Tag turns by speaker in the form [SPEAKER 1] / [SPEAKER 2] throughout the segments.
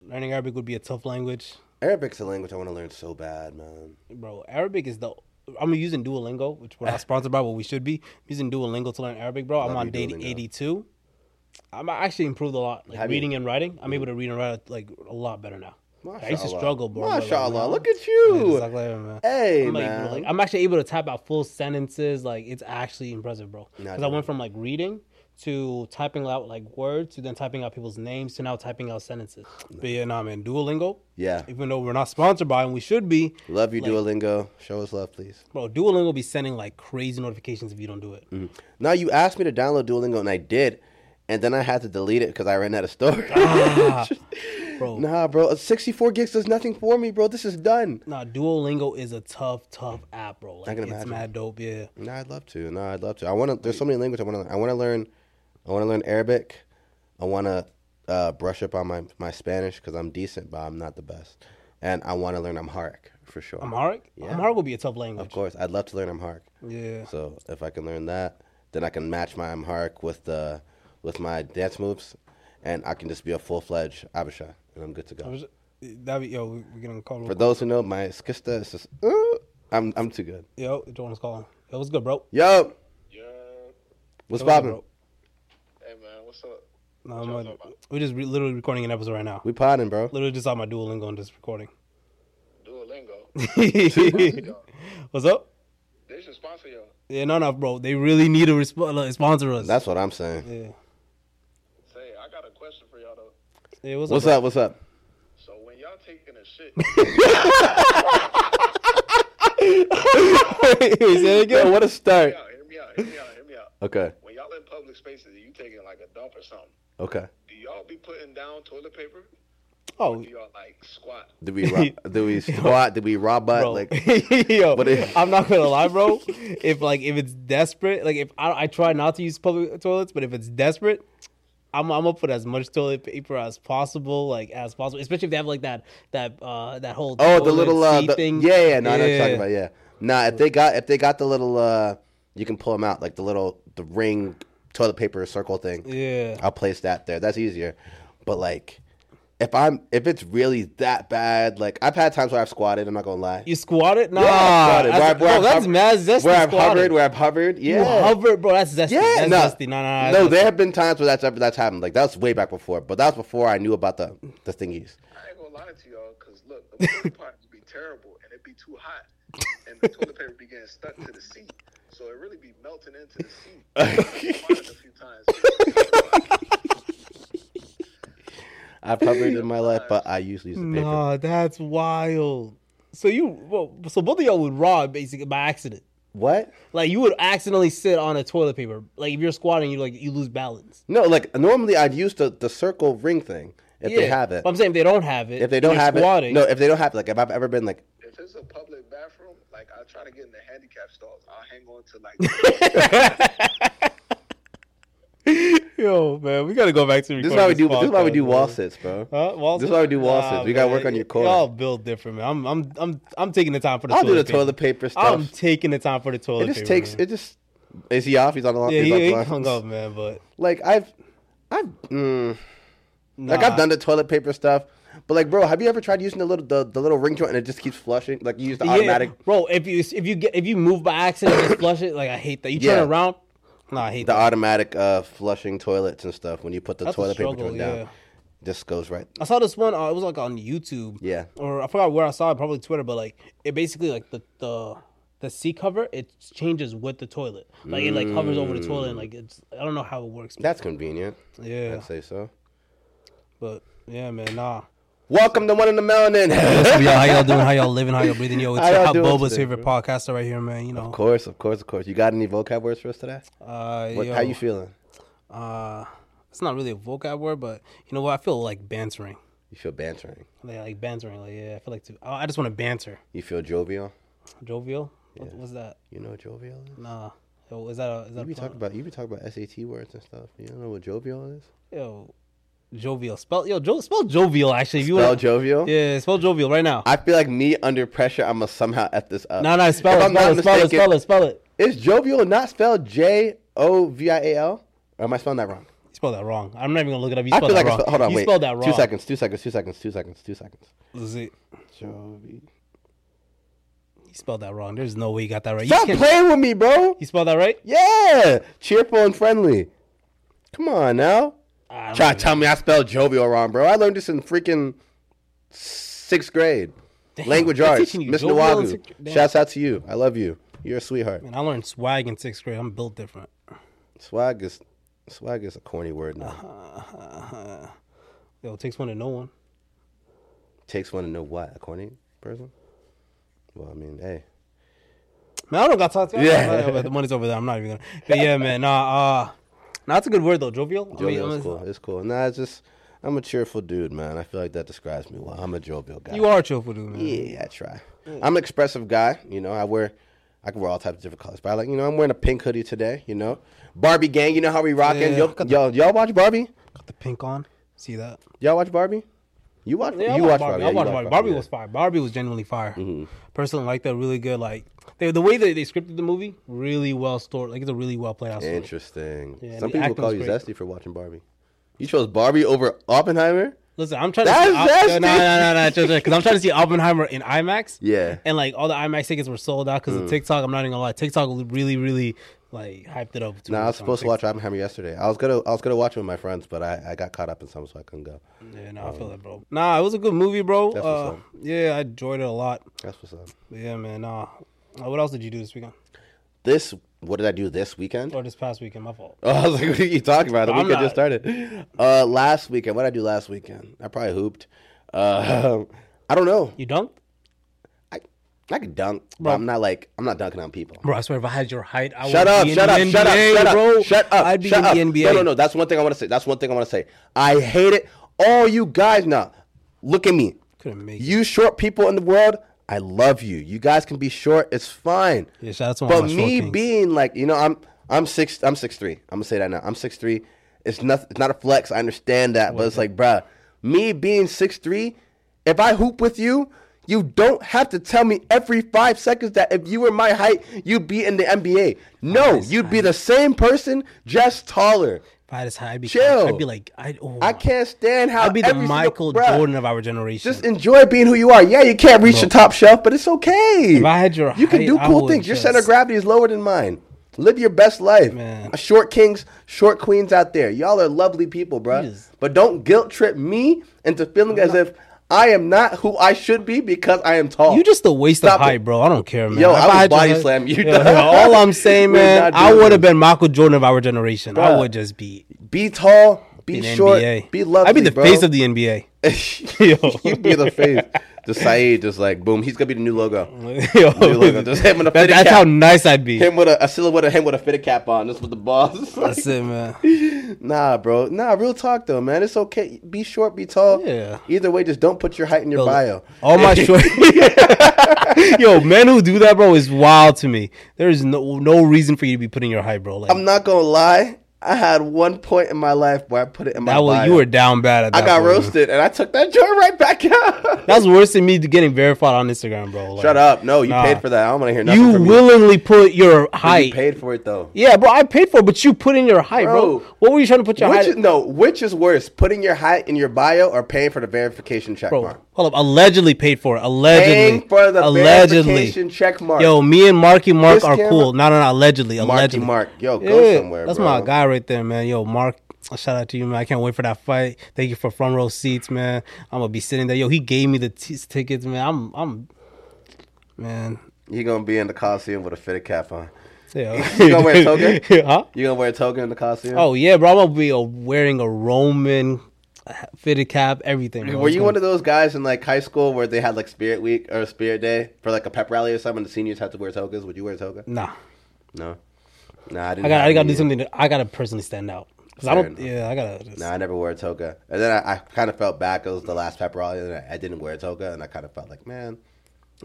[SPEAKER 1] learning Arabic would be a tough language,
[SPEAKER 2] Arabic's a language I want to learn so bad, man.
[SPEAKER 1] bro. Arabic is the I'm using Duolingo, which we're not sponsored by, but we should be. I'm using Duolingo to learn Arabic, bro. I'm
[SPEAKER 2] Love
[SPEAKER 1] on
[SPEAKER 2] you,
[SPEAKER 1] day
[SPEAKER 2] Duolingo.
[SPEAKER 1] 82. I'm I actually improved a lot, like
[SPEAKER 2] Have you? Mm-hmm.
[SPEAKER 1] reading and writing. I'm able to read and write like a lot better now. I used to
[SPEAKER 2] Mashallah.
[SPEAKER 1] struggle, bro. but, like,
[SPEAKER 2] Mashallah,
[SPEAKER 1] now-
[SPEAKER 2] look at
[SPEAKER 1] Yeah,
[SPEAKER 2] you.
[SPEAKER 1] just like, like, man.
[SPEAKER 2] Hey,
[SPEAKER 1] I'm, like,
[SPEAKER 2] man.
[SPEAKER 1] like, I'm actually able to type out full sentences. Like it's actually impressive, bro.
[SPEAKER 2] Nah,
[SPEAKER 1] Because I went from like reading to typing out like words to then typing out people's names to now typing out sentences. But yeah, nah, man. Duolingo.
[SPEAKER 2] Yeah.
[SPEAKER 1] Even though we're not sponsored by and we should be,
[SPEAKER 2] Love you,
[SPEAKER 1] like-
[SPEAKER 2] Duolingo. Show us love, please.
[SPEAKER 1] bro. Duolingo be sending like crazy notifications if you don't do it.
[SPEAKER 2] Now you asked me to download Duolingo, and I did, and then I had to delete it because I ran out of storage.
[SPEAKER 1] Ah, Bro.
[SPEAKER 2] Nah, bro, 64 gigs does nothing for me, bro. This is done.
[SPEAKER 1] Nah, Duolingo is a tough, tough app, bro. Like
[SPEAKER 2] can
[SPEAKER 1] it's
[SPEAKER 2] imagine.
[SPEAKER 1] mad dope. Yeah.
[SPEAKER 2] Nah, I'd love to. Nah, I'd love to. I want to. There's so many languages I want to. I want to learn. I want to learn Arabic. I want to uh, brush up on my my Spanish because I'm decent, but I'm not the best. And I want to learn Amharic for sure.
[SPEAKER 1] Amharic.
[SPEAKER 2] Yeah.
[SPEAKER 1] Amharic would be a tough
[SPEAKER 2] Of
[SPEAKER 1] language.
[SPEAKER 2] course, I'd love to learn Amharic.
[SPEAKER 1] Yeah.
[SPEAKER 2] So if I can learn that, then I can match my Amharic with the with my dance moves, and I can just be a full fledged Abishai, and I'm good to go.
[SPEAKER 1] That be yo. we- We're getting called.
[SPEAKER 2] For those who know, my skista is just. "Ooh," I'm I'm too good.
[SPEAKER 1] Yo, Jordan's calling. Yo, what's good, bro?
[SPEAKER 2] Yo,
[SPEAKER 3] Yeah.
[SPEAKER 2] what's
[SPEAKER 1] Yo, what's good,
[SPEAKER 2] poppin'?
[SPEAKER 1] bro?
[SPEAKER 3] Hey man, what's up?
[SPEAKER 1] No,
[SPEAKER 3] What
[SPEAKER 1] I'm
[SPEAKER 3] y'all
[SPEAKER 1] like-
[SPEAKER 3] talking
[SPEAKER 1] we're just re- literally recording an episode right now.
[SPEAKER 2] We podding, bro.
[SPEAKER 1] Literally just on my Duolingo and just recording.
[SPEAKER 3] Duolingo.
[SPEAKER 1] What's up?
[SPEAKER 3] they should sponsor y'all.
[SPEAKER 1] Yeah, no, no, bro. They really need to resp- like, sponsor us.
[SPEAKER 2] That's what I'm saying.
[SPEAKER 1] yeah.
[SPEAKER 3] Say, I got a question for y'all though.
[SPEAKER 1] Yeah, what's,
[SPEAKER 2] What's
[SPEAKER 1] up?
[SPEAKER 2] up? What's up?
[SPEAKER 3] So when y'all taking a shit,
[SPEAKER 2] Wait, say it again. What a start.
[SPEAKER 3] hear me out, hear me out, hear me out, hear me out.
[SPEAKER 2] Okay.
[SPEAKER 3] When y'all in public spaces, and you taking like a dump or something.
[SPEAKER 2] Okay.
[SPEAKER 3] Do y'all be putting down toilet paper?
[SPEAKER 1] Oh,
[SPEAKER 3] Do y'all like squat?
[SPEAKER 2] Do we ro- do we squat? Do we robot?
[SPEAKER 1] bro.
[SPEAKER 2] Like
[SPEAKER 1] Yo,
[SPEAKER 2] what if-
[SPEAKER 1] I'm not gonna lie, bro. If like if it's desperate, like if I, I try not to use public toilets, but if it's desperate, I'm, I'm gonna put as much toilet paper as possible, like as possible, especially if they have like that that uh that whole
[SPEAKER 2] oh the
[SPEAKER 1] toilet
[SPEAKER 2] little uh
[SPEAKER 1] seat
[SPEAKER 2] the-
[SPEAKER 1] thing.
[SPEAKER 2] yeah yeah no I know what you're talking about yeah nah if they got if they got the little uh you can pull them out like the little the ring toilet paper circle thing
[SPEAKER 1] Yeah.
[SPEAKER 2] I'll place that there that's easier but like if I'm if it's really that bad like I've had times where I've squatted I'm not gonna lie
[SPEAKER 1] You squatted? Nah,
[SPEAKER 2] Yeah, I've
[SPEAKER 1] that's,
[SPEAKER 2] squatted. Where I've- where
[SPEAKER 1] bro,
[SPEAKER 2] I've
[SPEAKER 1] that's
[SPEAKER 2] hover-
[SPEAKER 1] mad zesty.
[SPEAKER 2] where I've
[SPEAKER 1] squatted.
[SPEAKER 2] hovered where I've hovered yeah
[SPEAKER 1] you hovered, bro. That's zesty.
[SPEAKER 2] Yeah,
[SPEAKER 1] that's
[SPEAKER 2] no,
[SPEAKER 1] zesty. Nah, nah, nah,
[SPEAKER 2] no.
[SPEAKER 1] that's
[SPEAKER 2] There
[SPEAKER 1] zesty.
[SPEAKER 2] have been times where that's ever- that's happened. Like that was way back before, but that was before I knew about the the thingies.
[SPEAKER 3] I ain't gonna lie to y'all, cause look, the toilet parts be terrible and it be too hot, and the toilet paper be getting stuck to the seat, so it really be melting into the seat. I squatted a few times.
[SPEAKER 2] I've hovered in my life, but I usually use the paper.
[SPEAKER 1] Nah, that's wild. So you, well, so both of y'all would rob basically by accident.
[SPEAKER 2] What?
[SPEAKER 1] Like you would accidentally sit on a toilet paper. Like if you're squatting, you like you lose balance.
[SPEAKER 2] No, like normally I'd use the the circle ring thing if they
[SPEAKER 1] Yeah.
[SPEAKER 2] have it.
[SPEAKER 1] But I'm saying if they don't have it,
[SPEAKER 2] If they don't
[SPEAKER 1] you're
[SPEAKER 2] have
[SPEAKER 1] squatting,
[SPEAKER 2] it, no. If they don't have it, like if I've ever been like,
[SPEAKER 3] If it's a public bathroom, like I try to get in the handicap stalls, I'll hang on to like.
[SPEAKER 1] Yo, man, we gotta go back to
[SPEAKER 2] this is why we do. This is why we do wall sits, bro.
[SPEAKER 1] Huh? Wall
[SPEAKER 2] This is
[SPEAKER 1] sit?
[SPEAKER 2] why we do wall
[SPEAKER 1] Nah,
[SPEAKER 2] sits. We gotta
[SPEAKER 1] man,
[SPEAKER 2] work on your core.
[SPEAKER 1] Y'all build different, man. I'm, I'm, I'm, I'm taking the time for the.
[SPEAKER 2] I'll do
[SPEAKER 1] toilet
[SPEAKER 2] the
[SPEAKER 1] paper.
[SPEAKER 2] toilet paper stuff.
[SPEAKER 1] I'm taking the time for the toilet.
[SPEAKER 2] it just
[SPEAKER 1] paper,
[SPEAKER 2] takes.
[SPEAKER 1] man.
[SPEAKER 2] It just. Is he off? He's on the line.
[SPEAKER 1] Yeah,
[SPEAKER 2] he's on
[SPEAKER 1] he, he
[SPEAKER 2] the
[SPEAKER 1] hung
[SPEAKER 2] line.
[SPEAKER 1] up, man. But
[SPEAKER 2] Like I've, I've. Mm, Like
[SPEAKER 1] nah.
[SPEAKER 2] I've done the toilet paper stuff, but like, bro, have you ever tried using the little the, the little ring joint and it just keeps flushing? Like you use the
[SPEAKER 1] Yeah,
[SPEAKER 2] automatic
[SPEAKER 1] bro. If you if you get if you move by accident, and just flush it. Like I hate that. You turn
[SPEAKER 2] Yeah.
[SPEAKER 1] around. Nah, I hate
[SPEAKER 2] the
[SPEAKER 1] that.
[SPEAKER 2] automatic uh flushing toilets and stuff when you put the
[SPEAKER 1] That's a
[SPEAKER 2] toilet paper
[SPEAKER 1] struggle,
[SPEAKER 2] joint down.
[SPEAKER 1] yeah.
[SPEAKER 2] Just goes right.
[SPEAKER 1] I saw this one. Uh, it was like on YouTube.
[SPEAKER 2] Yeah.
[SPEAKER 1] Or I forgot where I saw it. Probably Twitter. But like it basically like the the the seat cover it changes with the toilet. Like it like hovers over the toilet and like it's I don't know how it works.
[SPEAKER 2] That's convenient.
[SPEAKER 1] yeah.
[SPEAKER 2] I'd say so.
[SPEAKER 1] But yeah, man. Nah.
[SPEAKER 2] Welcome to one in the melanin. of
[SPEAKER 1] Yo, how y'all doing? How y'all living? How y'all breathing? Yo, it's
[SPEAKER 2] How
[SPEAKER 1] your
[SPEAKER 2] y'all
[SPEAKER 1] Hot
[SPEAKER 2] doing
[SPEAKER 1] Boba's
[SPEAKER 2] today,
[SPEAKER 1] favorite podcaster right here, man. You know.
[SPEAKER 2] course, of course, of course. You got any vocab words for us today?
[SPEAKER 1] Uh,
[SPEAKER 2] What,
[SPEAKER 1] yo.
[SPEAKER 2] how you feeling?
[SPEAKER 1] uh it's not really a vocab word, but you know what? I feel like bantering.
[SPEAKER 2] You feel bantering.
[SPEAKER 1] Like, like bantering. Like yeah, I feel like to, I I just want to banter.
[SPEAKER 2] You feel jovial.
[SPEAKER 1] Jovial. What, What's that?
[SPEAKER 2] You know what jovial is.
[SPEAKER 1] Nah. Yo, is that a, is that
[SPEAKER 2] You
[SPEAKER 1] a
[SPEAKER 2] be
[SPEAKER 1] pun?
[SPEAKER 2] talking about you be talking about SAT words and stuff. You don't know what jovial is?
[SPEAKER 1] yo jovial spell yo jo, spell jovial actually if you
[SPEAKER 2] Spell
[SPEAKER 1] wanna-
[SPEAKER 2] jovial.
[SPEAKER 1] yeah spell jovial right now.
[SPEAKER 2] I feel like me under pressure, I'm gonna somehow at this up.
[SPEAKER 1] No no spell
[SPEAKER 2] If
[SPEAKER 1] it
[SPEAKER 2] I'm
[SPEAKER 1] spell
[SPEAKER 2] not
[SPEAKER 1] it, spell it
[SPEAKER 2] mistaken-
[SPEAKER 1] spell it spell it
[SPEAKER 2] Is jovial not spelled J O V I A L? Or am I spelling that wrong?
[SPEAKER 1] You spelled that wrong. I'm not even gonna look it up. You
[SPEAKER 2] I
[SPEAKER 1] spelled
[SPEAKER 2] feel
[SPEAKER 1] that
[SPEAKER 2] like I
[SPEAKER 1] wrong.
[SPEAKER 2] spe- hold on,
[SPEAKER 1] you
[SPEAKER 2] wait.
[SPEAKER 1] spelled that wrong.
[SPEAKER 2] Two seconds, two seconds, two seconds, two seconds, two seconds.
[SPEAKER 1] Let's see.
[SPEAKER 2] Jovi.
[SPEAKER 1] You spelled that wrong. There's no way you got that right.
[SPEAKER 2] Stop
[SPEAKER 1] you, can't-
[SPEAKER 2] playing with me, bro.
[SPEAKER 1] you spelled that right?
[SPEAKER 2] Yeah, cheerful and friendly. Come on now.
[SPEAKER 1] I don't
[SPEAKER 2] Try to
[SPEAKER 1] know.
[SPEAKER 2] tell me I spelled jovial wrong, bro. I learned this in freaking sixth grade. Language
[SPEAKER 1] they're
[SPEAKER 2] arts.
[SPEAKER 1] teaching you
[SPEAKER 2] Miss
[SPEAKER 1] jovial in
[SPEAKER 2] Nawagu.
[SPEAKER 1] sixth- damn.
[SPEAKER 2] Shouts out to you. I love you. You're a sweetheart.
[SPEAKER 1] Man, I learned swag in sixth grade. I'm built different.
[SPEAKER 2] Swag is swag is a corny word now.
[SPEAKER 1] Uh-huh. Yo, it takes one to know one.
[SPEAKER 2] Takes one to know what a corny person. Well, I mean, hey,
[SPEAKER 1] Man, I don't got time to
[SPEAKER 2] Yeah.
[SPEAKER 1] yeah. but the money's over there. I'm not even gonna. But yeah, man, nah, uh, nah, that's a good word though. Jovial. I mean,
[SPEAKER 2] jovial
[SPEAKER 1] Oh, I'm-
[SPEAKER 2] is cool. It's cool. Nah, it's just I'm a cheerful dude, man. I feel like that describes me well. I'm a jovial guy.
[SPEAKER 1] You are Mm. a cheerful dude, man.
[SPEAKER 2] Yeah, I try. I'm an expressive guy. You know, I wear, I can wear all types of different colors. But I like, you know, I'm wearing a pink hoodie today. You know, Barbie gang. You know how we rocking.
[SPEAKER 1] Yeah.
[SPEAKER 2] Yo, yo, y'all watch Barbie?
[SPEAKER 1] Got the pink on. See that?
[SPEAKER 2] Y'all watch Barbie? You watch?
[SPEAKER 1] Yeah,
[SPEAKER 2] you
[SPEAKER 1] I
[SPEAKER 2] watch
[SPEAKER 1] watched
[SPEAKER 2] Barbie?
[SPEAKER 1] Barbie.
[SPEAKER 2] yeah,
[SPEAKER 1] I
[SPEAKER 2] you
[SPEAKER 1] watched
[SPEAKER 2] watch
[SPEAKER 1] Barbie. Barbie
[SPEAKER 2] yeah. Mm-hmm.
[SPEAKER 1] was fire. Barbie was genuinely fire. Personally, like that really good. Like the, the way that they scripted the movie, really well stored. Like it's a really well played out story.
[SPEAKER 2] interesting.
[SPEAKER 1] Yeah,
[SPEAKER 2] Some
[SPEAKER 1] the
[SPEAKER 2] people
[SPEAKER 1] acting
[SPEAKER 2] call
[SPEAKER 1] was
[SPEAKER 2] you
[SPEAKER 1] great.
[SPEAKER 2] zesty for watching Barbie. You chose Barbie over Oppenheimer.
[SPEAKER 1] Listen, I'm trying to.
[SPEAKER 2] That's
[SPEAKER 1] see, I,
[SPEAKER 2] zesty.
[SPEAKER 1] no, no, no, no, because I'm trying to see Oppenheimer in IMAX.
[SPEAKER 2] Yeah. Mm.
[SPEAKER 1] and like all the IMAX tickets were sold out because of TikTok. I'm not even gonna lie, TikTok really, really like hyped it up. too
[SPEAKER 2] Nah, I
[SPEAKER 1] much
[SPEAKER 2] was
[SPEAKER 1] on
[SPEAKER 2] supposed to
[SPEAKER 1] TikTok.
[SPEAKER 2] watch Oppenheimer yesterday. I was gonna, I was gonna watch it with my friends, but I, I got caught up in something, so I couldn't go.
[SPEAKER 1] Yeah, no, I feel that, bro. Nah, it was a good movie, bro.
[SPEAKER 2] Um, That's
[SPEAKER 1] Uh,
[SPEAKER 2] what's
[SPEAKER 1] yeah, I enjoyed it a lot.
[SPEAKER 2] That's what's up.
[SPEAKER 1] But yeah, man. Nah, Uh, what else did you do this weekend
[SPEAKER 2] This, what did I do this weekend?
[SPEAKER 1] or this past weekend? My fault.
[SPEAKER 2] Oh, I was like, what are you talking about? The
[SPEAKER 1] I'm
[SPEAKER 2] weekend just started. Uh, last weekend, what did I do last weekend? I probably hooped. Uh, I don't know.
[SPEAKER 1] You dunked,
[SPEAKER 2] I, I could dunk, but
[SPEAKER 1] Bro.
[SPEAKER 2] I'm not like I'm not dunking on people.
[SPEAKER 1] bro. I swear, if I had your height, I
[SPEAKER 2] Shut
[SPEAKER 1] would
[SPEAKER 2] up!
[SPEAKER 1] be
[SPEAKER 2] Shut up!
[SPEAKER 1] in the
[SPEAKER 2] Shut up!
[SPEAKER 1] NBA,
[SPEAKER 2] Shut up!
[SPEAKER 1] bro.
[SPEAKER 2] Shut up!
[SPEAKER 1] I'd be
[SPEAKER 2] shut up.
[SPEAKER 1] in the NBA.
[SPEAKER 2] No, no, no. That's one thing I want to say. That's one thing I want to say. I hate it. All you guys now, look at me.
[SPEAKER 1] Couldn't make it.
[SPEAKER 2] You short people in the world. I love you. You guys can be short. It's fine.
[SPEAKER 1] Yeah, shout out to all
[SPEAKER 2] But
[SPEAKER 1] my short
[SPEAKER 2] me
[SPEAKER 1] kings.
[SPEAKER 2] being like, you know, I'm I'm six I'm six three. I'm gonna say that now. I'm six three. It's not it's not a flex. I understand that, but it's like, bruh, me being six three. If I hoop with you, you don't have to tell me every five seconds that if you were my height, you'd be in the NBA. No, you'd be the same person, just taller.
[SPEAKER 1] If I had his height, I'd be,
[SPEAKER 2] Chill.
[SPEAKER 1] I'd be like, I, oh,
[SPEAKER 2] I can't stand how
[SPEAKER 1] I'd be the
[SPEAKER 2] every single-
[SPEAKER 1] Michael
[SPEAKER 2] bruh,
[SPEAKER 1] Jordan of our generation.
[SPEAKER 2] Just enjoy being who you are. Yeah, you can't reach the top shelf, but it's okay.
[SPEAKER 1] If I had your
[SPEAKER 2] you can
[SPEAKER 1] height,
[SPEAKER 2] do
[SPEAKER 1] I
[SPEAKER 2] cool
[SPEAKER 1] would
[SPEAKER 2] things. Your center of
[SPEAKER 1] just-
[SPEAKER 2] gravity is lower than mine. Live your best life. Uh,
[SPEAKER 1] Man.
[SPEAKER 2] Short kings, short queens out there. Y'all are lovely people, bruh.
[SPEAKER 1] You just-
[SPEAKER 2] But don't guilt trip me into feeling as if I am not who I should be because I am tall.
[SPEAKER 1] You just a waste of
[SPEAKER 2] Stop it.
[SPEAKER 1] hype, bro. I don't care, man.
[SPEAKER 2] Yo,
[SPEAKER 1] If
[SPEAKER 2] I would
[SPEAKER 1] had your
[SPEAKER 2] body
[SPEAKER 1] height-
[SPEAKER 2] slam you,
[SPEAKER 1] Yo,
[SPEAKER 2] dog.
[SPEAKER 1] yo, all I'm saying,
[SPEAKER 2] We're
[SPEAKER 1] man,
[SPEAKER 2] not
[SPEAKER 1] I
[SPEAKER 2] doing
[SPEAKER 1] would have
[SPEAKER 2] this.
[SPEAKER 1] been Michael Jordan of our generation. I
[SPEAKER 2] Bruh.
[SPEAKER 1] would just be
[SPEAKER 2] be tall, be
[SPEAKER 1] in
[SPEAKER 2] short,
[SPEAKER 1] NBA.
[SPEAKER 2] be lovely.
[SPEAKER 1] I'd be the
[SPEAKER 2] bro.
[SPEAKER 1] face of the NBA. Yo.
[SPEAKER 2] You'd be the face. Just Saeed, just like boom, he's gonna be the new logo.
[SPEAKER 1] Yo,
[SPEAKER 2] look, just hit him with a
[SPEAKER 1] that-
[SPEAKER 2] fitted
[SPEAKER 1] that's
[SPEAKER 2] cap.
[SPEAKER 1] how nice I'd be.
[SPEAKER 2] Him with a, a silhouette of him with a fitted cap on, just with the balls.
[SPEAKER 1] That's it, man.
[SPEAKER 2] Nah, bro. Nah, real talk though, man. It's okay. Be short, be tall.
[SPEAKER 1] Yeah.
[SPEAKER 2] Either way, just don't put your height in your
[SPEAKER 1] Yo,
[SPEAKER 2] bio.
[SPEAKER 1] All my short. Yo, men who do that, bro, is wild to me. There is no no reason for you to be putting your height, bro. Like
[SPEAKER 2] I'm not gonna lie. I had one point in my life where I put it in my
[SPEAKER 1] that was
[SPEAKER 2] bio.
[SPEAKER 1] you were down bad at that.
[SPEAKER 2] I got
[SPEAKER 1] point, man.
[SPEAKER 2] roasted, and I took that joint right back out.
[SPEAKER 1] That's worse than me getting verified on Instagram, bro. Like,
[SPEAKER 2] Shut up. No, you
[SPEAKER 1] Nah.
[SPEAKER 2] paid for that. I don't want to hear nothing
[SPEAKER 1] You
[SPEAKER 2] from you.
[SPEAKER 1] willingly put your
[SPEAKER 2] You
[SPEAKER 1] height.
[SPEAKER 2] paid for it though.
[SPEAKER 1] Yeah, bro, I paid for it, but you put in your height, bro.
[SPEAKER 2] Bro.
[SPEAKER 1] What were you trying to put your
[SPEAKER 2] Which
[SPEAKER 1] height?
[SPEAKER 2] is, no, which is worse, putting your height in your bio or paying for the verification check
[SPEAKER 1] bro,
[SPEAKER 2] mark?
[SPEAKER 1] hold up. Allegedly paid for it. Allegedly.
[SPEAKER 2] Paying for the verification
[SPEAKER 1] allegedly.
[SPEAKER 2] check mark.
[SPEAKER 1] Yo, me and Marky Mark
[SPEAKER 2] This
[SPEAKER 1] are
[SPEAKER 2] camera-
[SPEAKER 1] cool. No, no, no. Allegedly.
[SPEAKER 2] Marky
[SPEAKER 1] Allegedly.
[SPEAKER 2] Mark. Yo, go
[SPEAKER 1] Yeah,
[SPEAKER 2] somewhere,
[SPEAKER 1] That's
[SPEAKER 2] bro.
[SPEAKER 1] my guy right there, man. Yo, Mark. a Shout out to you, man. I can't wait for that fight. Thank you for front row seats, man. I'm gonna be sitting there. Yo, he gave me the t- tickets, man. I'm, I'm, man.
[SPEAKER 2] You're gonna be in the Coliseum with a fitted cap on.
[SPEAKER 1] Yeah.
[SPEAKER 2] You gonna wear a toga?
[SPEAKER 1] huh?
[SPEAKER 2] You gonna wear a toga in the Coliseum?
[SPEAKER 1] Oh yeah, bro. I'm gonna be uh, wearing a Roman fitted cap, everything. Bro.
[SPEAKER 2] Were
[SPEAKER 1] It's
[SPEAKER 2] you
[SPEAKER 1] gonna-
[SPEAKER 2] one of those guys in like high school where they had like Spirit Week or Spirit Day for like a pep rally or something? The seniors had to wear togas. Would you wear a toga?
[SPEAKER 1] Nah,
[SPEAKER 2] No, no, I didn't.
[SPEAKER 1] I got
[SPEAKER 2] have
[SPEAKER 1] I gotta
[SPEAKER 2] any.
[SPEAKER 1] do something. To, I gotta personally stand out. 'Cause I
[SPEAKER 2] Fair
[SPEAKER 1] don't.
[SPEAKER 2] enough.
[SPEAKER 1] Yeah, I gotta. Just,
[SPEAKER 2] No, I never wore a toga, and then I, I kind of felt bad. 'cause It was the last pep rally, and I, I didn't wear a toga, and I kind of felt like, man,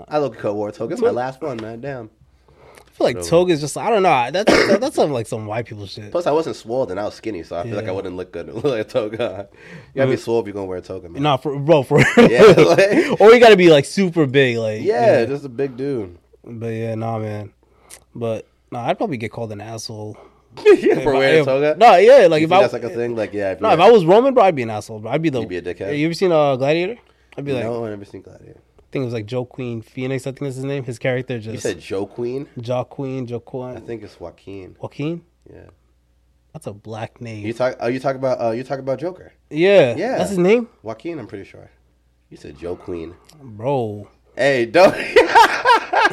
[SPEAKER 2] I look cool wore a toga. It's my last one, man. Damn.
[SPEAKER 1] I feel like toga is just. I don't know. I- That's that, that's some like some white people shit.
[SPEAKER 2] Plus, I wasn't swole, and I was skinny, so I feel like I
[SPEAKER 1] Yeah.
[SPEAKER 2] wouldn't look good with a toga. You gotta be swole if you're gonna wear a toga, man.
[SPEAKER 1] Nah, for bro, for
[SPEAKER 2] Yeah, like-
[SPEAKER 1] or you gotta be like super big, like
[SPEAKER 2] yeah, just a big dude.
[SPEAKER 1] But yeah, nah, man. But nah, I'd probably get called an asshole If
[SPEAKER 2] For
[SPEAKER 1] I-
[SPEAKER 2] wearing a
[SPEAKER 1] if-
[SPEAKER 2] toga?
[SPEAKER 1] No, yeah, like
[SPEAKER 2] You
[SPEAKER 1] if
[SPEAKER 2] think
[SPEAKER 1] I
[SPEAKER 2] that's like a thing? Like, yeah. If
[SPEAKER 1] no,
[SPEAKER 2] you're-
[SPEAKER 1] if I was Roman, bro, I'd be an asshole, bro. I'd be the.
[SPEAKER 2] You'd be a dickhead.
[SPEAKER 1] You ever seen uh, Gladiator? I'd be like,
[SPEAKER 2] no, I never seen Gladiator.
[SPEAKER 1] I think it was like Joe Queen Phoenix. I think that's his name. His character
[SPEAKER 2] You
[SPEAKER 1] just
[SPEAKER 2] said Joe Queen.
[SPEAKER 1] Joe Queen, Joe Queen.
[SPEAKER 2] I think it's Joaquin.
[SPEAKER 1] Joaquin.
[SPEAKER 2] Yeah.
[SPEAKER 1] That's a black name.
[SPEAKER 2] You talk. Oh, you talk about. Uh, you talk about Joker.
[SPEAKER 1] yeah,
[SPEAKER 2] Yeah.
[SPEAKER 1] that's his name,
[SPEAKER 2] Joaquin. I'm pretty sure. You said Joe Queen.
[SPEAKER 1] bro.
[SPEAKER 2] Hey, don't.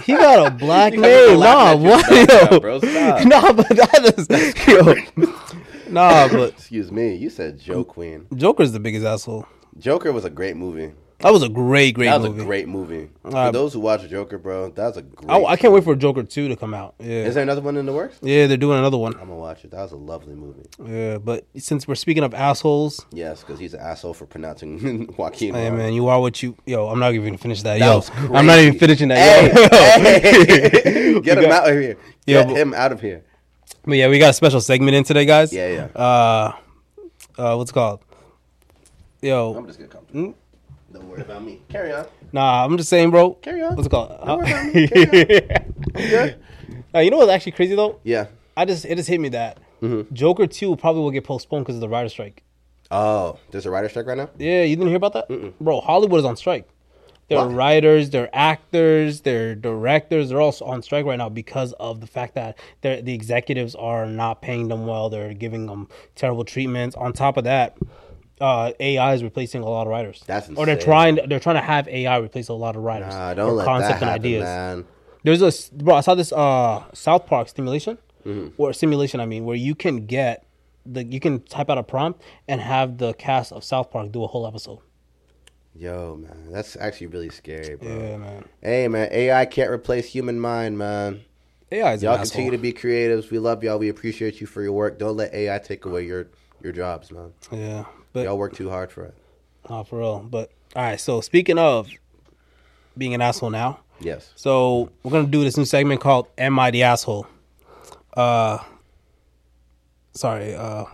[SPEAKER 1] He got a black
[SPEAKER 2] You gotta
[SPEAKER 1] name. Nah,
[SPEAKER 2] laugh
[SPEAKER 1] what?
[SPEAKER 2] at your background,
[SPEAKER 1] Yo.
[SPEAKER 2] bro. Stop.
[SPEAKER 1] Nah, but that is yo. Nah, but
[SPEAKER 2] Excuse me. You said Joe Queen.
[SPEAKER 1] Joker's the biggest asshole.
[SPEAKER 2] Joker was a great movie.
[SPEAKER 1] That was a great, great
[SPEAKER 2] That was
[SPEAKER 1] movie.
[SPEAKER 2] a great movie. For
[SPEAKER 1] right.
[SPEAKER 2] those who watch Joker, bro, that was a great.
[SPEAKER 1] I, I can't wait for Joker two to come out. Yeah,
[SPEAKER 2] Is there another one in the works?
[SPEAKER 1] yeah, they're doing another one.
[SPEAKER 2] I'm gonna watch it. That was a lovely movie.
[SPEAKER 1] Yeah, but since we're speaking of assholes,
[SPEAKER 2] Yes, because he's an asshole for pronouncing Joaquin.
[SPEAKER 1] hey
[SPEAKER 2] wrong.
[SPEAKER 1] man, you are what you. Yo, I'm not even gonna finish that.
[SPEAKER 2] That
[SPEAKER 1] yo,
[SPEAKER 2] was
[SPEAKER 1] I'm not even
[SPEAKER 2] crazy.
[SPEAKER 1] finishing
[SPEAKER 2] Hey,
[SPEAKER 1] that.
[SPEAKER 2] hey,
[SPEAKER 1] yo.
[SPEAKER 2] get
[SPEAKER 1] We
[SPEAKER 2] him
[SPEAKER 1] got-
[SPEAKER 2] out of here.
[SPEAKER 1] Yeah,
[SPEAKER 2] Get
[SPEAKER 1] but-
[SPEAKER 2] him out of here.
[SPEAKER 1] But yeah, we got a special segment in today, guys.
[SPEAKER 2] Yeah, yeah.
[SPEAKER 1] Uh, uh, what's it called? Yo,
[SPEAKER 2] I'm just gonna come.
[SPEAKER 1] hmm?
[SPEAKER 2] To Don't worry about me. Carry on.
[SPEAKER 1] Nah, I'm just saying, bro.
[SPEAKER 2] Carry on.
[SPEAKER 1] What's it called?
[SPEAKER 2] Don't worry about me. Carry on.
[SPEAKER 1] Nah, Uh, you know what's actually crazy though?
[SPEAKER 2] Yeah. Mm-hmm.
[SPEAKER 1] I just it just hit me that Joker two probably will get postponed because of the writer strike.
[SPEAKER 2] Oh, there's a writer strike right now.
[SPEAKER 1] Yeah, you didn't hear about that, bro? Hollywood is on strike. Their
[SPEAKER 2] Why?
[SPEAKER 1] writers, their actors, their directors, they're all on strike right now because of the fact that they're- the executives are not paying them well. They're giving them terrible treatments. On top of that, uh, AI is replacing a lot of writers.
[SPEAKER 2] That's
[SPEAKER 1] Or they're
[SPEAKER 2] insane.
[SPEAKER 1] trying they're trying to have AI replace a lot of writers
[SPEAKER 2] Nah, don't let that happen, man.
[SPEAKER 1] there's a s- bro. I saw this uh South Park stimulation
[SPEAKER 2] Mm-hmm.
[SPEAKER 1] or simulation. I mean, where you can get the you can type out a prompt and have the cast of South Park do a whole episode.
[SPEAKER 2] Yo, man, that's actually really scary, bro.
[SPEAKER 1] Yeah, man.
[SPEAKER 2] Hey, man, AI can't replace human mind, man.
[SPEAKER 1] AI is
[SPEAKER 2] Y'all
[SPEAKER 1] an
[SPEAKER 2] continue to be creatives. We love y'all. We appreciate you for your work. Don't let AI take away your your jobs, man.
[SPEAKER 1] asshole. Yeah, but
[SPEAKER 2] Y'all work too hard for it.
[SPEAKER 1] nah, for real. But all right. So speaking of being an asshole now,
[SPEAKER 2] Yes.
[SPEAKER 1] so we're gonna do this new segment called "Am I the Asshole?" Uh, sorry. Uh,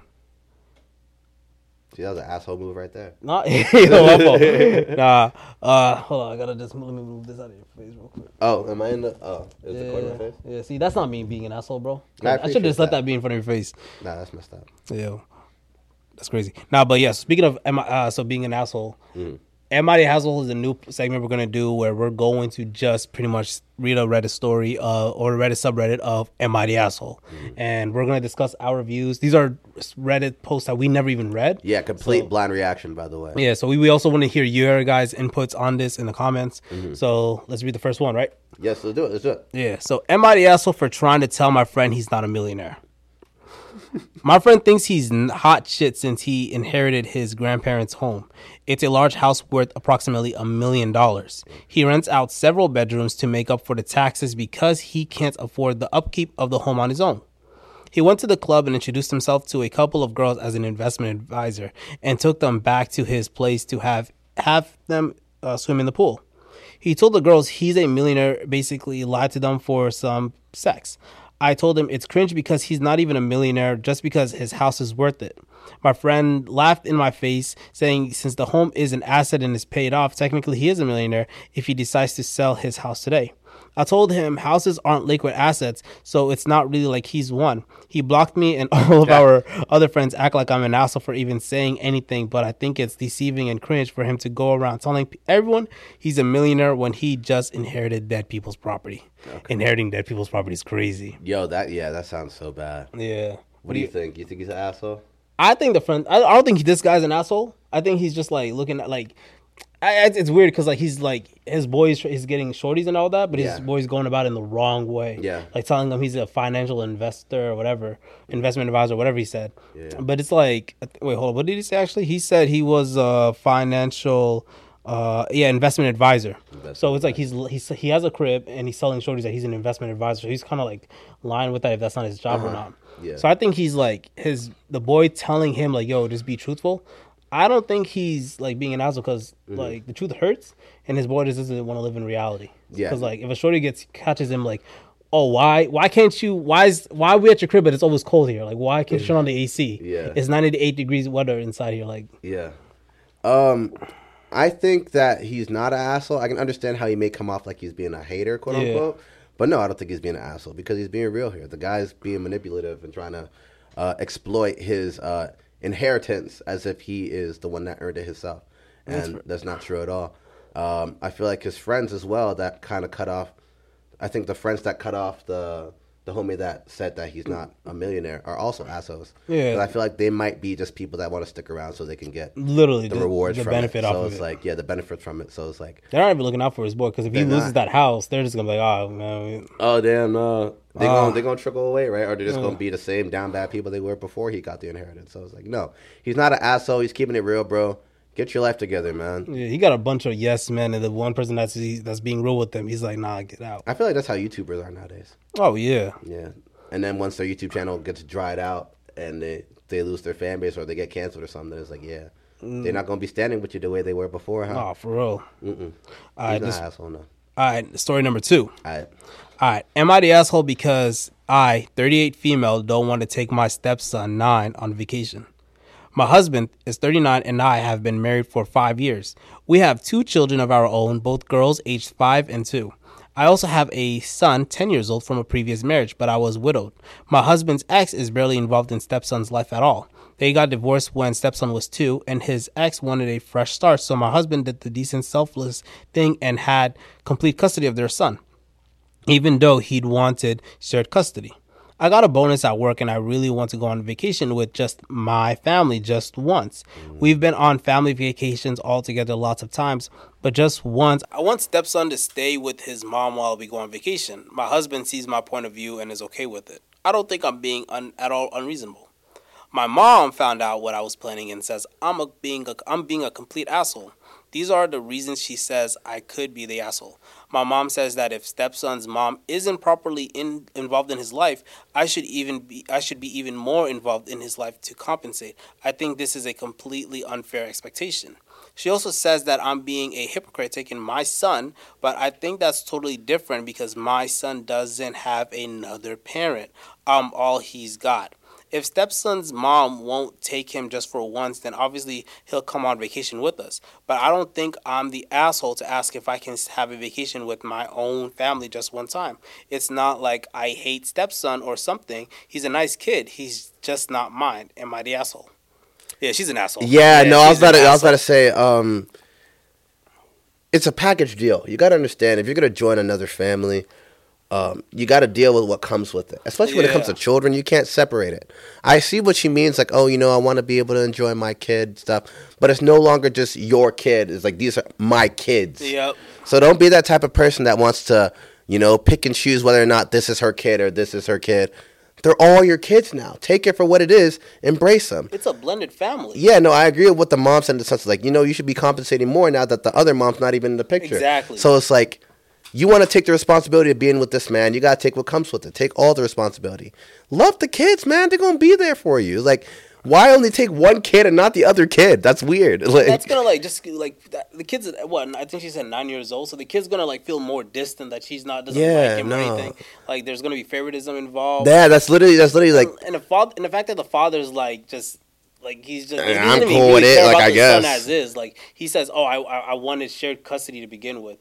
[SPEAKER 2] See, that was an asshole move right there.
[SPEAKER 1] not my fault. Nah. Uh, hold on. I gotta just let me move this out of your face real quick.
[SPEAKER 2] Oh, am I in the? Oh, is the corner
[SPEAKER 1] Yeah,
[SPEAKER 2] of my face?
[SPEAKER 1] yeah, see, that's not me being an asshole, bro.
[SPEAKER 2] I
[SPEAKER 1] I, should
[SPEAKER 2] appreciate
[SPEAKER 1] just let
[SPEAKER 2] that.
[SPEAKER 1] that be in front of your face.
[SPEAKER 2] Nah, that's messed up.
[SPEAKER 1] Yeah, that's crazy. Nah, but yeah, speaking of am I, uh, so being an asshole,
[SPEAKER 2] Hmm.
[SPEAKER 1] am I the asshole is a new segment we're gonna do where we're going to just pretty much read a Reddit story uh, or a Reddit subreddit of am I the asshole,
[SPEAKER 2] Hmm.
[SPEAKER 1] and we're gonna discuss our views. These are Reddit posts that we never even read.
[SPEAKER 2] Yeah, complete
[SPEAKER 1] So-
[SPEAKER 2] blind reaction, by the way.
[SPEAKER 1] yeah. So we, we also want to hear your guys' inputs on this in the comments.
[SPEAKER 2] Hmm.
[SPEAKER 1] So let's read the first one, right?
[SPEAKER 2] Yes, let's do it. Let's do it.
[SPEAKER 1] Yeah. So am I the asshole for trying to tell my friend he's not a millionaire? my friend thinks he's n- hot shit since he inherited his grandparents' home. It's a large house worth approximately a million dollars. He rents out several bedrooms to make up for the taxes because he can't afford the upkeep of the home on his own. He went to the club and introduced himself to a couple of girls as an investment advisor and took them back to his place to have have them uh, swim in the pool. He told the girls he's a millionaire, basically lied to them for some sex. I told him it's cringe because he's not even a millionaire just because his house is worth it. My friend laughed in my face, saying, Since the home is an asset and is paid off, technically he is a millionaire if he decides to sell his house today. I told him houses aren't liquid assets, so it's not really like he's one. He blocked me, and all of our other friends act like I'm an asshole for even saying anything, but I think it's deceiving and cringe for him to go around telling pe- everyone he's a millionaire when he just inherited dead people's property. Inheriting dead people's property is crazy.
[SPEAKER 2] Yo, that yeah, that sounds so bad. What,
[SPEAKER 1] Yeah.
[SPEAKER 2] do you think? You think he's an asshole?
[SPEAKER 1] I think the friend. I, I don't think this guy's an asshole. I think he's just like looking at like. I, I- it's weird because like he's like his boys he's getting shorties and all that, but
[SPEAKER 2] Yeah.
[SPEAKER 1] his boys going about it in the wrong way.
[SPEAKER 2] Yeah.
[SPEAKER 1] like telling them he's a financial investor or whatever, investment advisor, whatever he said.
[SPEAKER 2] Yeah.
[SPEAKER 1] But it's like, I th- wait, hold on. What did he say? Actually, he said he was a financial, uh, yeah, investment advisor. so it's like he's, he's he has a crib and he's selling shorties that he's an investment advisor. So he's kind of like lying with that if that's not his job or not.
[SPEAKER 2] Uh-huh. Yeah.
[SPEAKER 1] So I think he's like his the boy telling him like, "Yo, just be truthful." I don't think he's like being an asshole because
[SPEAKER 2] Mm-hmm.
[SPEAKER 1] like the truth hurts, and his boy just doesn't want to live in reality.
[SPEAKER 2] Yeah.
[SPEAKER 1] Because like if a shorty gets catches him like, "Oh, why why can't you why is why we at your crib but it's always cold here? Like why can't you turn on the AC?
[SPEAKER 2] Mm-hmm. Yeah.
[SPEAKER 1] It's ninety eight degrees weather inside here. Like
[SPEAKER 2] Yeah. Um, I think that he's not an asshole. I can understand how he may come off like he's being a hater, quote
[SPEAKER 1] Yeah.
[SPEAKER 2] unquote. But no, I don't think he's being an asshole because he's being real here. The guy's being manipulative and trying to uh, exploit his uh, inheritance as if he is the one that earned it himself, and that's, not true at all. Um, I feel like his friends as well that kind of cut off. I think the friends that cut off the the homie that said that he's not a millionaire are also assholes.
[SPEAKER 1] Yeah.
[SPEAKER 2] But I feel like they might be just people that want to stick around so they can get
[SPEAKER 1] Literally,
[SPEAKER 2] the
[SPEAKER 1] the,
[SPEAKER 2] rewards
[SPEAKER 1] the
[SPEAKER 2] from
[SPEAKER 1] benefit
[SPEAKER 2] it.
[SPEAKER 1] off
[SPEAKER 2] so
[SPEAKER 1] of
[SPEAKER 2] it's
[SPEAKER 1] it.
[SPEAKER 2] like yeah, the benefits from it. So it's like
[SPEAKER 1] they're not even looking out for his boy because if he
[SPEAKER 2] They're
[SPEAKER 1] loses
[SPEAKER 2] not.
[SPEAKER 1] that house, they're just gonna be like, oh man,
[SPEAKER 2] Oh damn, no. They
[SPEAKER 1] Ah.
[SPEAKER 2] gonna they gonna trickle away, right? Or they're just gonna be the same down bad people they were before he got the inheritance. So I was like, no, he's not an asshole. He's keeping it real, bro. Get your life together, man.
[SPEAKER 1] yeah, he got a bunch of yes men, and the one person that's he, that's being real with them, he's like, nah, get out.
[SPEAKER 2] I feel like that's how YouTubers are nowadays.
[SPEAKER 1] Oh yeah,
[SPEAKER 2] Yeah, and then once their YouTube channel gets dried out and they they lose their fan base or they get canceled or something, it's like, yeah,
[SPEAKER 1] Mm.
[SPEAKER 2] they're not gonna be standing with you the way they were before, huh?
[SPEAKER 1] oh for real. All
[SPEAKER 2] Mm-mm. He's
[SPEAKER 1] right,
[SPEAKER 2] not
[SPEAKER 1] this,
[SPEAKER 2] an asshole, no.
[SPEAKER 1] all right, story number two.
[SPEAKER 2] All right.
[SPEAKER 1] All right, am I the asshole because I, 38 female, don't want to take my stepson, 9, on vacation? My husband is 39 and I have been married for 5 years. We have two children of our own, both girls aged 5 and 2. I also have a son, 10 years old, from a previous marriage, but I was widowed. My husband's ex is barely involved in stepson's life at all. They got divorced when stepson was two, and his ex wanted a fresh start, so my husband did the decent, selfless thing and had complete custody of their son even though he'd wanted shared custody. I got a bonus at work and I really want to go on vacation with just my family just once. We've been on family vacations all together lots of times, but just once. I want stepson to stay with his mom while we go on vacation. My husband sees my point of view and is okay with it. I don't think I'm being un- at all unreasonable. My mom found out what I was planning and says I'm a being a, I'm being a complete asshole. These are the reasons she says I could be the asshole. My mom says that if stepson's mom isn't properly in, involved in his life, I should even be I should be even more involved in his life to compensate. I think this is a completely unfair expectation. She also says that I'm being a hypocrite taking my son, but I think that's totally different because my son doesn't have another parent. I'm all he's got. If stepson's mom won't take him just for once, then obviously he'll come on vacation with us. But I don't think I'm the asshole to ask if I can have a vacation with my own family just one time. It's not like I hate stepson or something. He's a nice kid. He's just not mine. Am I the asshole? Yeah, she's an asshole.
[SPEAKER 2] Yeah, no, I was
[SPEAKER 1] she's an
[SPEAKER 2] about to, I was
[SPEAKER 1] asshole.
[SPEAKER 2] about to say, um, it's a package deal. You got to understand if you're gonna join another family, um, you got to deal with what comes with it. Especially when it comes to
[SPEAKER 1] Yeah.
[SPEAKER 2] children, you can't separate it. I see what she means, like, oh, you know, I want to be able to enjoy my kid stuff, but it's no longer just your kid. It's like these are my kids.
[SPEAKER 1] Yep.
[SPEAKER 2] So don't be that type of person that wants to, you know, pick and choose whether or not this is her kid or this is her kid. They're all your kids now. Take it for what it is. Embrace them.
[SPEAKER 1] It's a blended family.
[SPEAKER 2] Yeah, no, I agree with what the mom said in the sense of like, you know, you should be compensating more now that the other mom's not even in the picture.
[SPEAKER 1] Exactly.
[SPEAKER 2] So it's like, you want to take the responsibility of being with this man, you got to take what comes with it. Take all the responsibility. Love the kids, man. They're going to be there for you. Like, why only take one kid and not the other kid? That's weird. Like,
[SPEAKER 1] That's gonna like just like that- the kids. What I think she said nine years old, so the kid's gonna like feel more distant that she's not doesn't
[SPEAKER 2] Yeah,
[SPEAKER 1] like him
[SPEAKER 2] no.
[SPEAKER 1] or anything. Like there's gonna be favoritism involved.
[SPEAKER 2] yeah, that's literally, that's literally like,
[SPEAKER 1] and the father and the fact that the father's like just like he's just
[SPEAKER 2] Eh,
[SPEAKER 1] he doesn't
[SPEAKER 2] I'm
[SPEAKER 1] even
[SPEAKER 2] cool with it,
[SPEAKER 1] care
[SPEAKER 2] like,
[SPEAKER 1] about
[SPEAKER 2] I
[SPEAKER 1] his son
[SPEAKER 2] guess.
[SPEAKER 1] as is like he says oh I, I I wanted shared custody to begin with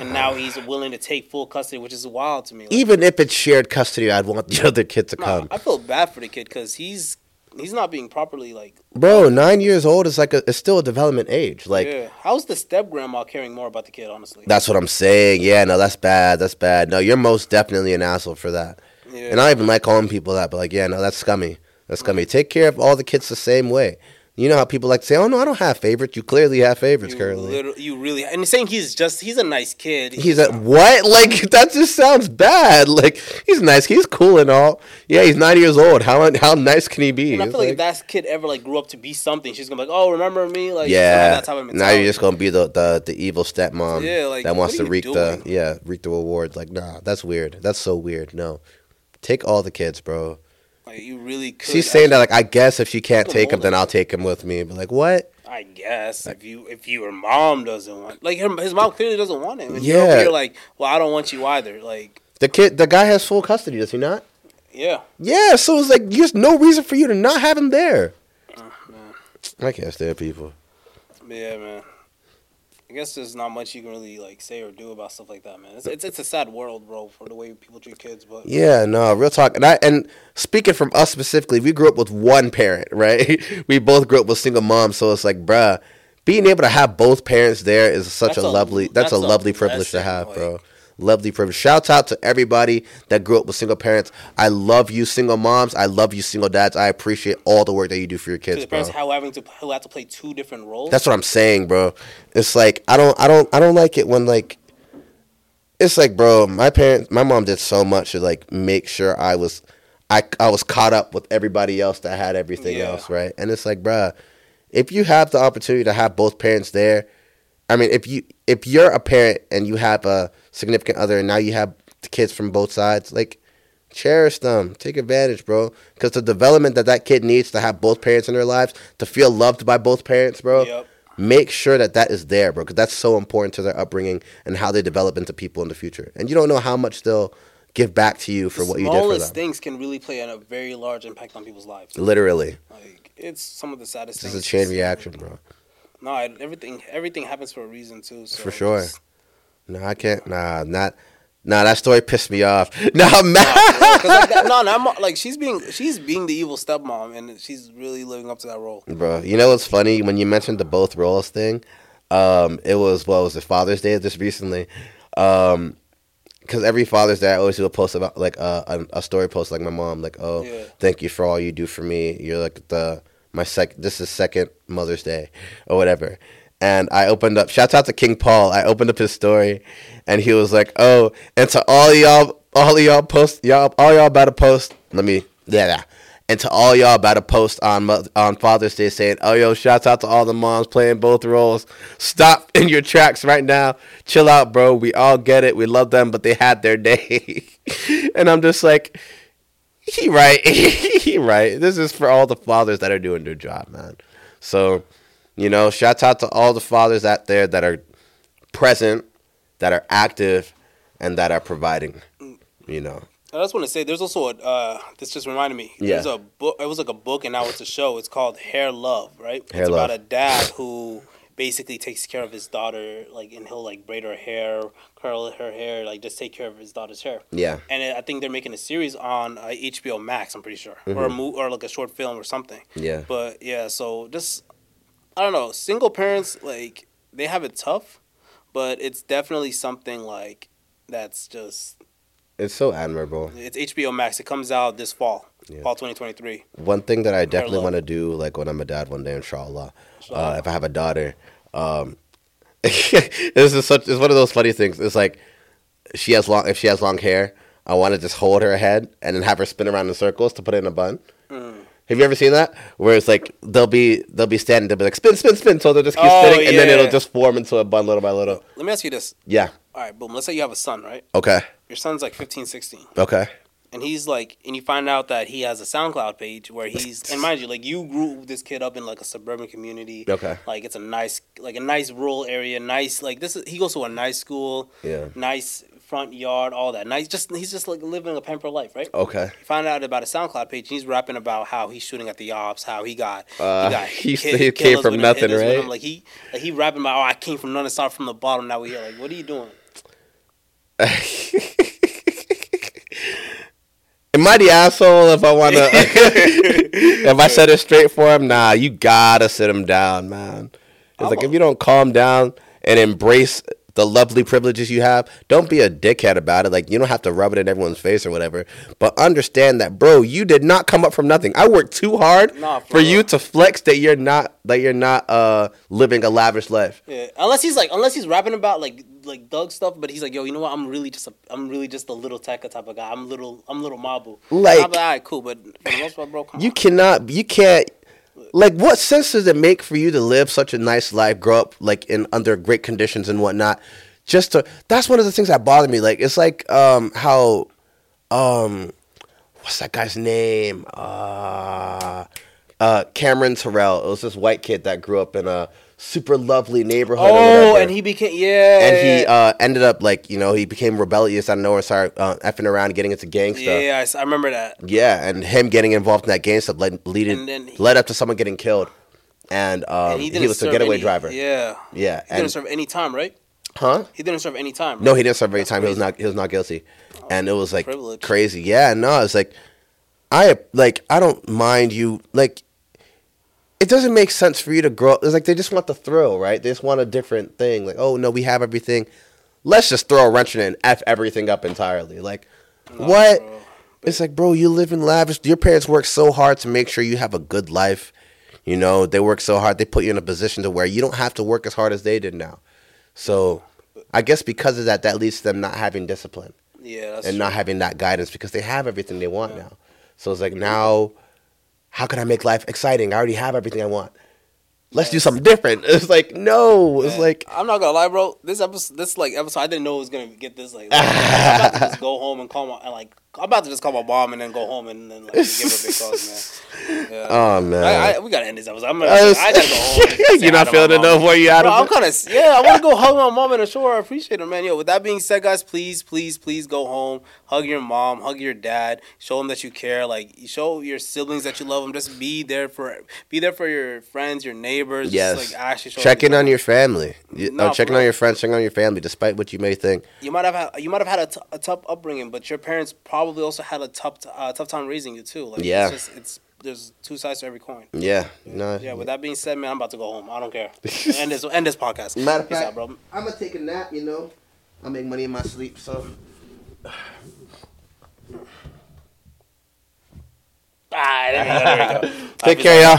[SPEAKER 1] and now he's willing to take full custody which is wild to me Like,
[SPEAKER 2] even if it's shared custody, I'd want the other kid to
[SPEAKER 1] nah,
[SPEAKER 2] come.
[SPEAKER 1] I feel bad for the kid because he's he's not being properly like
[SPEAKER 2] Bro, nine years old is like, a, it's still a development age. Like,
[SPEAKER 1] yeah how's the step grandma caring more about the kid honestly
[SPEAKER 2] That's what I'm saying. Yeah, no, that's bad. That's bad. No, you're most definitely an asshole for that.
[SPEAKER 1] Yeah.
[SPEAKER 2] And I don't even like calling people that, but like, yeah, no, that's scummy. That's scummy. Take care of all the kids the same way. You know how people like to say, "Oh no, I don't have favorites." You clearly have favorites
[SPEAKER 1] you,
[SPEAKER 2] currently.
[SPEAKER 1] literally- you really and saying he's just he's a nice kid
[SPEAKER 2] He's like, what? Like that just sounds bad. Like he's nice. He's cool and all. Yeah, he's nine years old. How how nice can he be?
[SPEAKER 1] and I
[SPEAKER 2] It's
[SPEAKER 1] feel like,
[SPEAKER 2] like-
[SPEAKER 1] if that kid ever like grew up to be something, she's gonna be like, "Oh, remember me?" Like, she's gonna have
[SPEAKER 2] yeah.
[SPEAKER 1] that type of
[SPEAKER 2] Now you're
[SPEAKER 1] mentality.
[SPEAKER 2] just gonna be the the, the evil stepmom
[SPEAKER 1] Yeah, like,
[SPEAKER 2] that
[SPEAKER 1] what
[SPEAKER 2] wants to
[SPEAKER 1] are you
[SPEAKER 2] reap
[SPEAKER 1] doing?
[SPEAKER 2] the yeah reap the rewards. Like, nah, that's weird. That's so weird. No, take all the kids, bro.
[SPEAKER 1] Like, you really. Could
[SPEAKER 2] She's saying that like I guess if she can't
[SPEAKER 1] Look at
[SPEAKER 2] take him,
[SPEAKER 1] all
[SPEAKER 2] then
[SPEAKER 1] of
[SPEAKER 2] I'll take him with me. But like what?
[SPEAKER 1] I guess if you if your mom doesn't want like her, his mom clearly doesn't want him and you're
[SPEAKER 2] Yeah.
[SPEAKER 1] over here like well I don't want you either like
[SPEAKER 2] The kid, the guy has full custody, does he not?
[SPEAKER 1] yeah
[SPEAKER 2] Yeah. So it's like there's no reason for you to not have
[SPEAKER 1] Uh,
[SPEAKER 2] him there. I can't stand people.
[SPEAKER 1] yeah man I guess there's not much you can really like say or do about stuff like that, man. It's it's, it's a sad world, bro, for the way people treat kids. But
[SPEAKER 2] Yeah, no, real talk. And I and speaking from us specifically, we grew up with one parent, right? we both grew up with single moms, so it's like, bruh, being able to have both parents there is such
[SPEAKER 1] That's
[SPEAKER 2] a
[SPEAKER 1] a-
[SPEAKER 2] lovely.
[SPEAKER 1] that's
[SPEAKER 2] That's,
[SPEAKER 1] a
[SPEAKER 2] a lovely privilege to
[SPEAKER 1] blessing,
[SPEAKER 2] have,
[SPEAKER 1] like-
[SPEAKER 2] bro. Lovely privilege. Shout out to everybody that grew up with single parents. I love you, single moms. I love you, single dads. I appreciate all the work that you do for your
[SPEAKER 1] to
[SPEAKER 2] kids,
[SPEAKER 1] the
[SPEAKER 2] bro.
[SPEAKER 1] parents how having to who have to play two different roles.
[SPEAKER 2] That's what I'm saying, bro. It's like I don't, I don't, I don't like it when like, it's like, bro. My parents, my mom did so much to like make sure I was, I, I was caught up with everybody else that had everything
[SPEAKER 1] Yeah.
[SPEAKER 2] else, right? And it's like, bruh, if you have the opportunity to have both parents there, I mean, if you if you're a parent and you have a significant other, and now you have the kids from both sides, like. Cherish them. Take advantage, bro. Because the development that that kid needs to have both parents in their lives, to feel loved by both parents, bro
[SPEAKER 1] Yep.
[SPEAKER 2] make sure that that is there, bro, because that's so important to their upbringing and how they develop into people in the future. And you don't know how much they'll give back to you for
[SPEAKER 1] The
[SPEAKER 2] what you did for them.
[SPEAKER 1] smallest things can really play a very large impact on people's lives.
[SPEAKER 2] Literally,
[SPEAKER 1] Like it's some of the saddest
[SPEAKER 2] it's just
[SPEAKER 1] things.
[SPEAKER 2] a chain reaction, bro.
[SPEAKER 1] No, I- everything everything happens for a reason too. So
[SPEAKER 2] For sure.
[SPEAKER 1] just-
[SPEAKER 2] No, I can't. Nah, not. Nah, that story pissed me off. Nah, I'm mad.
[SPEAKER 1] 'Cause like that, no, no, I'm, like she's being she's being the evil stepmom, and she's really living up to that role.
[SPEAKER 2] Bro, you know what's funny? When you mentioned the both roles thing, um, it was what was it Father's Day just recently, um, because every Father's Day I always do a post about like uh, a a story post like my mom like oh
[SPEAKER 1] Yeah.
[SPEAKER 2] thank you for all you do for me you're like the my sec this is second Mother's Day or whatever. And I opened up. Shout out to King Paul. I opened up his story, and he was like, "Oh, and to all y'all, all y'all post, y'all, all y'all about to post. Let me, yeah, yeah. And to all y'all about to post on Mo- on Father's Day saying, "Oh yo, shouts out to all the moms playing both roles. Stop in your tracks right now. Chill out, bro. We all get it. We love them, but they had their day." and I'm just like, he right, he right. This is for all the fathers that are doing their job, man. So, you know, shouts out to all the fathers out there that are present, that are active, and that are providing. You know,
[SPEAKER 1] I just want to say, there's also a. Uh, this just reminded me. There's
[SPEAKER 2] Yeah.
[SPEAKER 1] a book. It was like a book, and now it's a show. It's called Hair Love, right?
[SPEAKER 2] Hair
[SPEAKER 1] it's
[SPEAKER 2] Love.
[SPEAKER 1] about a dad who basically takes care of his daughter, like, and he'll like braid her hair, curl her hair, like, just take care of his daughter's hair.
[SPEAKER 2] yeah.
[SPEAKER 1] And I think they're making a series on uh, HBO Max. I'm pretty sure, or a mo- or like a short film or something.
[SPEAKER 2] Mm-hmm. Yeah.
[SPEAKER 1] But yeah, so just I don't know. Single parents like they have it tough, but it's definitely something like that's just
[SPEAKER 2] It's so admirable.
[SPEAKER 1] it's HBO Max. It comes out this fall,
[SPEAKER 2] Yeah.
[SPEAKER 1] fall 2023.
[SPEAKER 2] One thing that I definitely
[SPEAKER 1] love.
[SPEAKER 2] want to do, like when I'm a dad one day, inshallah, uh,
[SPEAKER 1] Inshallah.
[SPEAKER 2] if I have a daughter, um, this is such. It's one of those funny things. It's like she has long. If she has long hair, I want to just hold her head and then have her spin around in circles to put it in a bun.
[SPEAKER 1] Mm.
[SPEAKER 2] Have you ever seen that? Where it's like they'll be they'll be standing, they'll be like spin, spin, spin, so they'll just keep
[SPEAKER 1] Oh,
[SPEAKER 2] spinning, and then
[SPEAKER 1] yeah.
[SPEAKER 2] it'll just form into a bun little by little.
[SPEAKER 1] Let me ask you this.
[SPEAKER 2] Yeah.
[SPEAKER 1] All right, boom. Let's say you have a son, right?
[SPEAKER 2] Okay.
[SPEAKER 1] Your son's like 15, 16,
[SPEAKER 2] Okay.
[SPEAKER 1] and he's like, and you find out that he has a SoundCloud page where he's, and mind you, like you grew this kid up in like a suburban community.
[SPEAKER 2] Okay.
[SPEAKER 1] Like it's a nice, like a nice rural area, nice like this. Is, he goes to a nice school,
[SPEAKER 2] Yeah.
[SPEAKER 1] nice front yard, all that. Nice, just he's just like living a pamper life, right?
[SPEAKER 2] Okay.
[SPEAKER 1] He found out about a SoundCloud page. and He's rapping about how he's shooting at the ops, how he got
[SPEAKER 2] Uh,
[SPEAKER 1] he got
[SPEAKER 2] he
[SPEAKER 1] hit-
[SPEAKER 2] said he came
[SPEAKER 1] killers
[SPEAKER 2] from
[SPEAKER 1] with him,
[SPEAKER 2] nothing,
[SPEAKER 1] hitters with
[SPEAKER 2] right?
[SPEAKER 1] him. Like he like he rapping about oh I came from nothing, started from the bottom. Now we here. Like what are you doing?
[SPEAKER 2] Am I the asshole if I want to? if I set it straight for him, nah, you gotta sit him down, man. It's like
[SPEAKER 1] I'm a-
[SPEAKER 2] if you don't calm down and embrace the lovely privileges you have, don't be a dickhead about it. Like you don't have to rub it in everyone's face or whatever, but understand that, bro, you did not come up from nothing. I worked too hard
[SPEAKER 1] Nah,
[SPEAKER 2] for,
[SPEAKER 1] for real.
[SPEAKER 2] you to flex that you're not that you're not uh living a lavish life.
[SPEAKER 1] Yeah. Unless he's like unless he's rapping about like like Doug stuff, but he's like yo you know what I'm really just a I'm really just a little Tekka type of guy. I'm little I'm little Mabu.
[SPEAKER 2] Like-
[SPEAKER 1] I'm like, all right, cool, but for the most part, bro, come
[SPEAKER 2] You
[SPEAKER 1] on.
[SPEAKER 2] cannot. You can't. Like, what sense does it make for you to live such a nice life, grow up like in under great conditions and whatnot? Just to. That's one of the things that bother me. Like, it's like um how um what's that guy's name? Uh, uh Cameron Terrell. It was this white kid that grew up in a super lovely neighborhood. or
[SPEAKER 1] Oh,
[SPEAKER 2] whatever
[SPEAKER 1] and he became yeah.
[SPEAKER 2] and he uh, ended up like you know he became rebellious out of nowhere, started uh, effing around, and getting into gang stuff.
[SPEAKER 1] yeah, I s- I remember that.
[SPEAKER 2] Yeah, and him getting involved in that gang stuff led leaded,
[SPEAKER 1] And then he-
[SPEAKER 2] led up to someone getting killed. and um, he, was a getaway
[SPEAKER 1] any,
[SPEAKER 2] driver. Yeah,
[SPEAKER 1] Yeah. He
[SPEAKER 2] and
[SPEAKER 1] didn't serve any time, right?
[SPEAKER 2] huh?
[SPEAKER 1] He didn't serve any time. Right?
[SPEAKER 2] No, he didn't serve any time. He was not. He was not guilty, and it was like
[SPEAKER 1] privilege.
[SPEAKER 2] crazy. Yeah, no, it's like I like I don't mind you. Like it doesn't make sense for you to grow. It's like they just want the thrill, right? They just want a different thing. Like oh no, we have everything. Let's just throw a wrench in it and f everything up entirely. Like what?
[SPEAKER 1] bro.
[SPEAKER 2] It's like bro, you live in lavish. Your parents work so hard to make sure you have a good life. You know they work so hard. They put you in a position to where you don't have to work as hard as they did now. So I guess because of that, that leads to them not having discipline
[SPEAKER 1] Yeah, that's
[SPEAKER 2] and
[SPEAKER 1] true.
[SPEAKER 2] not having that guidance because they have everything they want now. So it's like now, how can I make life exciting? I already have everything I want. Let's do something different. It's like no. It's
[SPEAKER 1] Man,
[SPEAKER 2] like
[SPEAKER 1] I'm not gonna lie, bro. This episode, this like episode, I didn't know it was gonna get this like. I'm about to just go home and call my and, like. I'm about to just call my mom and then go home and then like give her a big calls, man. Yeah.
[SPEAKER 2] oh man.
[SPEAKER 1] I, I, we gotta end this episode. I'm gonna.
[SPEAKER 2] I was-
[SPEAKER 1] I gotta go home. and say
[SPEAKER 2] Uh, You're
[SPEAKER 1] hi to
[SPEAKER 2] not
[SPEAKER 1] my
[SPEAKER 2] feeling it
[SPEAKER 1] mom.
[SPEAKER 2] no more. You out
[SPEAKER 1] Bro, I'm
[SPEAKER 2] of it.
[SPEAKER 1] kind of yeah. I want to go hug my mom and show her I appreciate her, man. Yo, with that being said, guys, please, please, please go home, hug your mom, hug your dad, show them that you care. Like show your siblings that you love them. Just be there for be there for your friends, your neighbors.
[SPEAKER 2] Yes.
[SPEAKER 1] Just, like actually show
[SPEAKER 2] Check
[SPEAKER 1] them
[SPEAKER 2] in on your family. You,
[SPEAKER 1] Nah,
[SPEAKER 2] oh, checking
[SPEAKER 1] bro.
[SPEAKER 2] on your friends. Checking on your family, despite what you may think.
[SPEAKER 1] You might have had you might have had a, t- a tough upbringing, but your parents probably also had a tough t- uh, tough time raising you too. Like
[SPEAKER 2] Yeah.
[SPEAKER 1] it's, just, it's there's two sides to every coin.
[SPEAKER 2] Yeah. No.
[SPEAKER 1] Yeah. With that being said, man, I'm about to go home. I don't care. end this end this podcast.
[SPEAKER 2] Matter of
[SPEAKER 1] Peace
[SPEAKER 2] fact-
[SPEAKER 1] out, bro.
[SPEAKER 2] I'm gonna take a nap, you know. I make money in my sleep, so
[SPEAKER 1] Ah, there we go. There we go.
[SPEAKER 2] take care, y'all.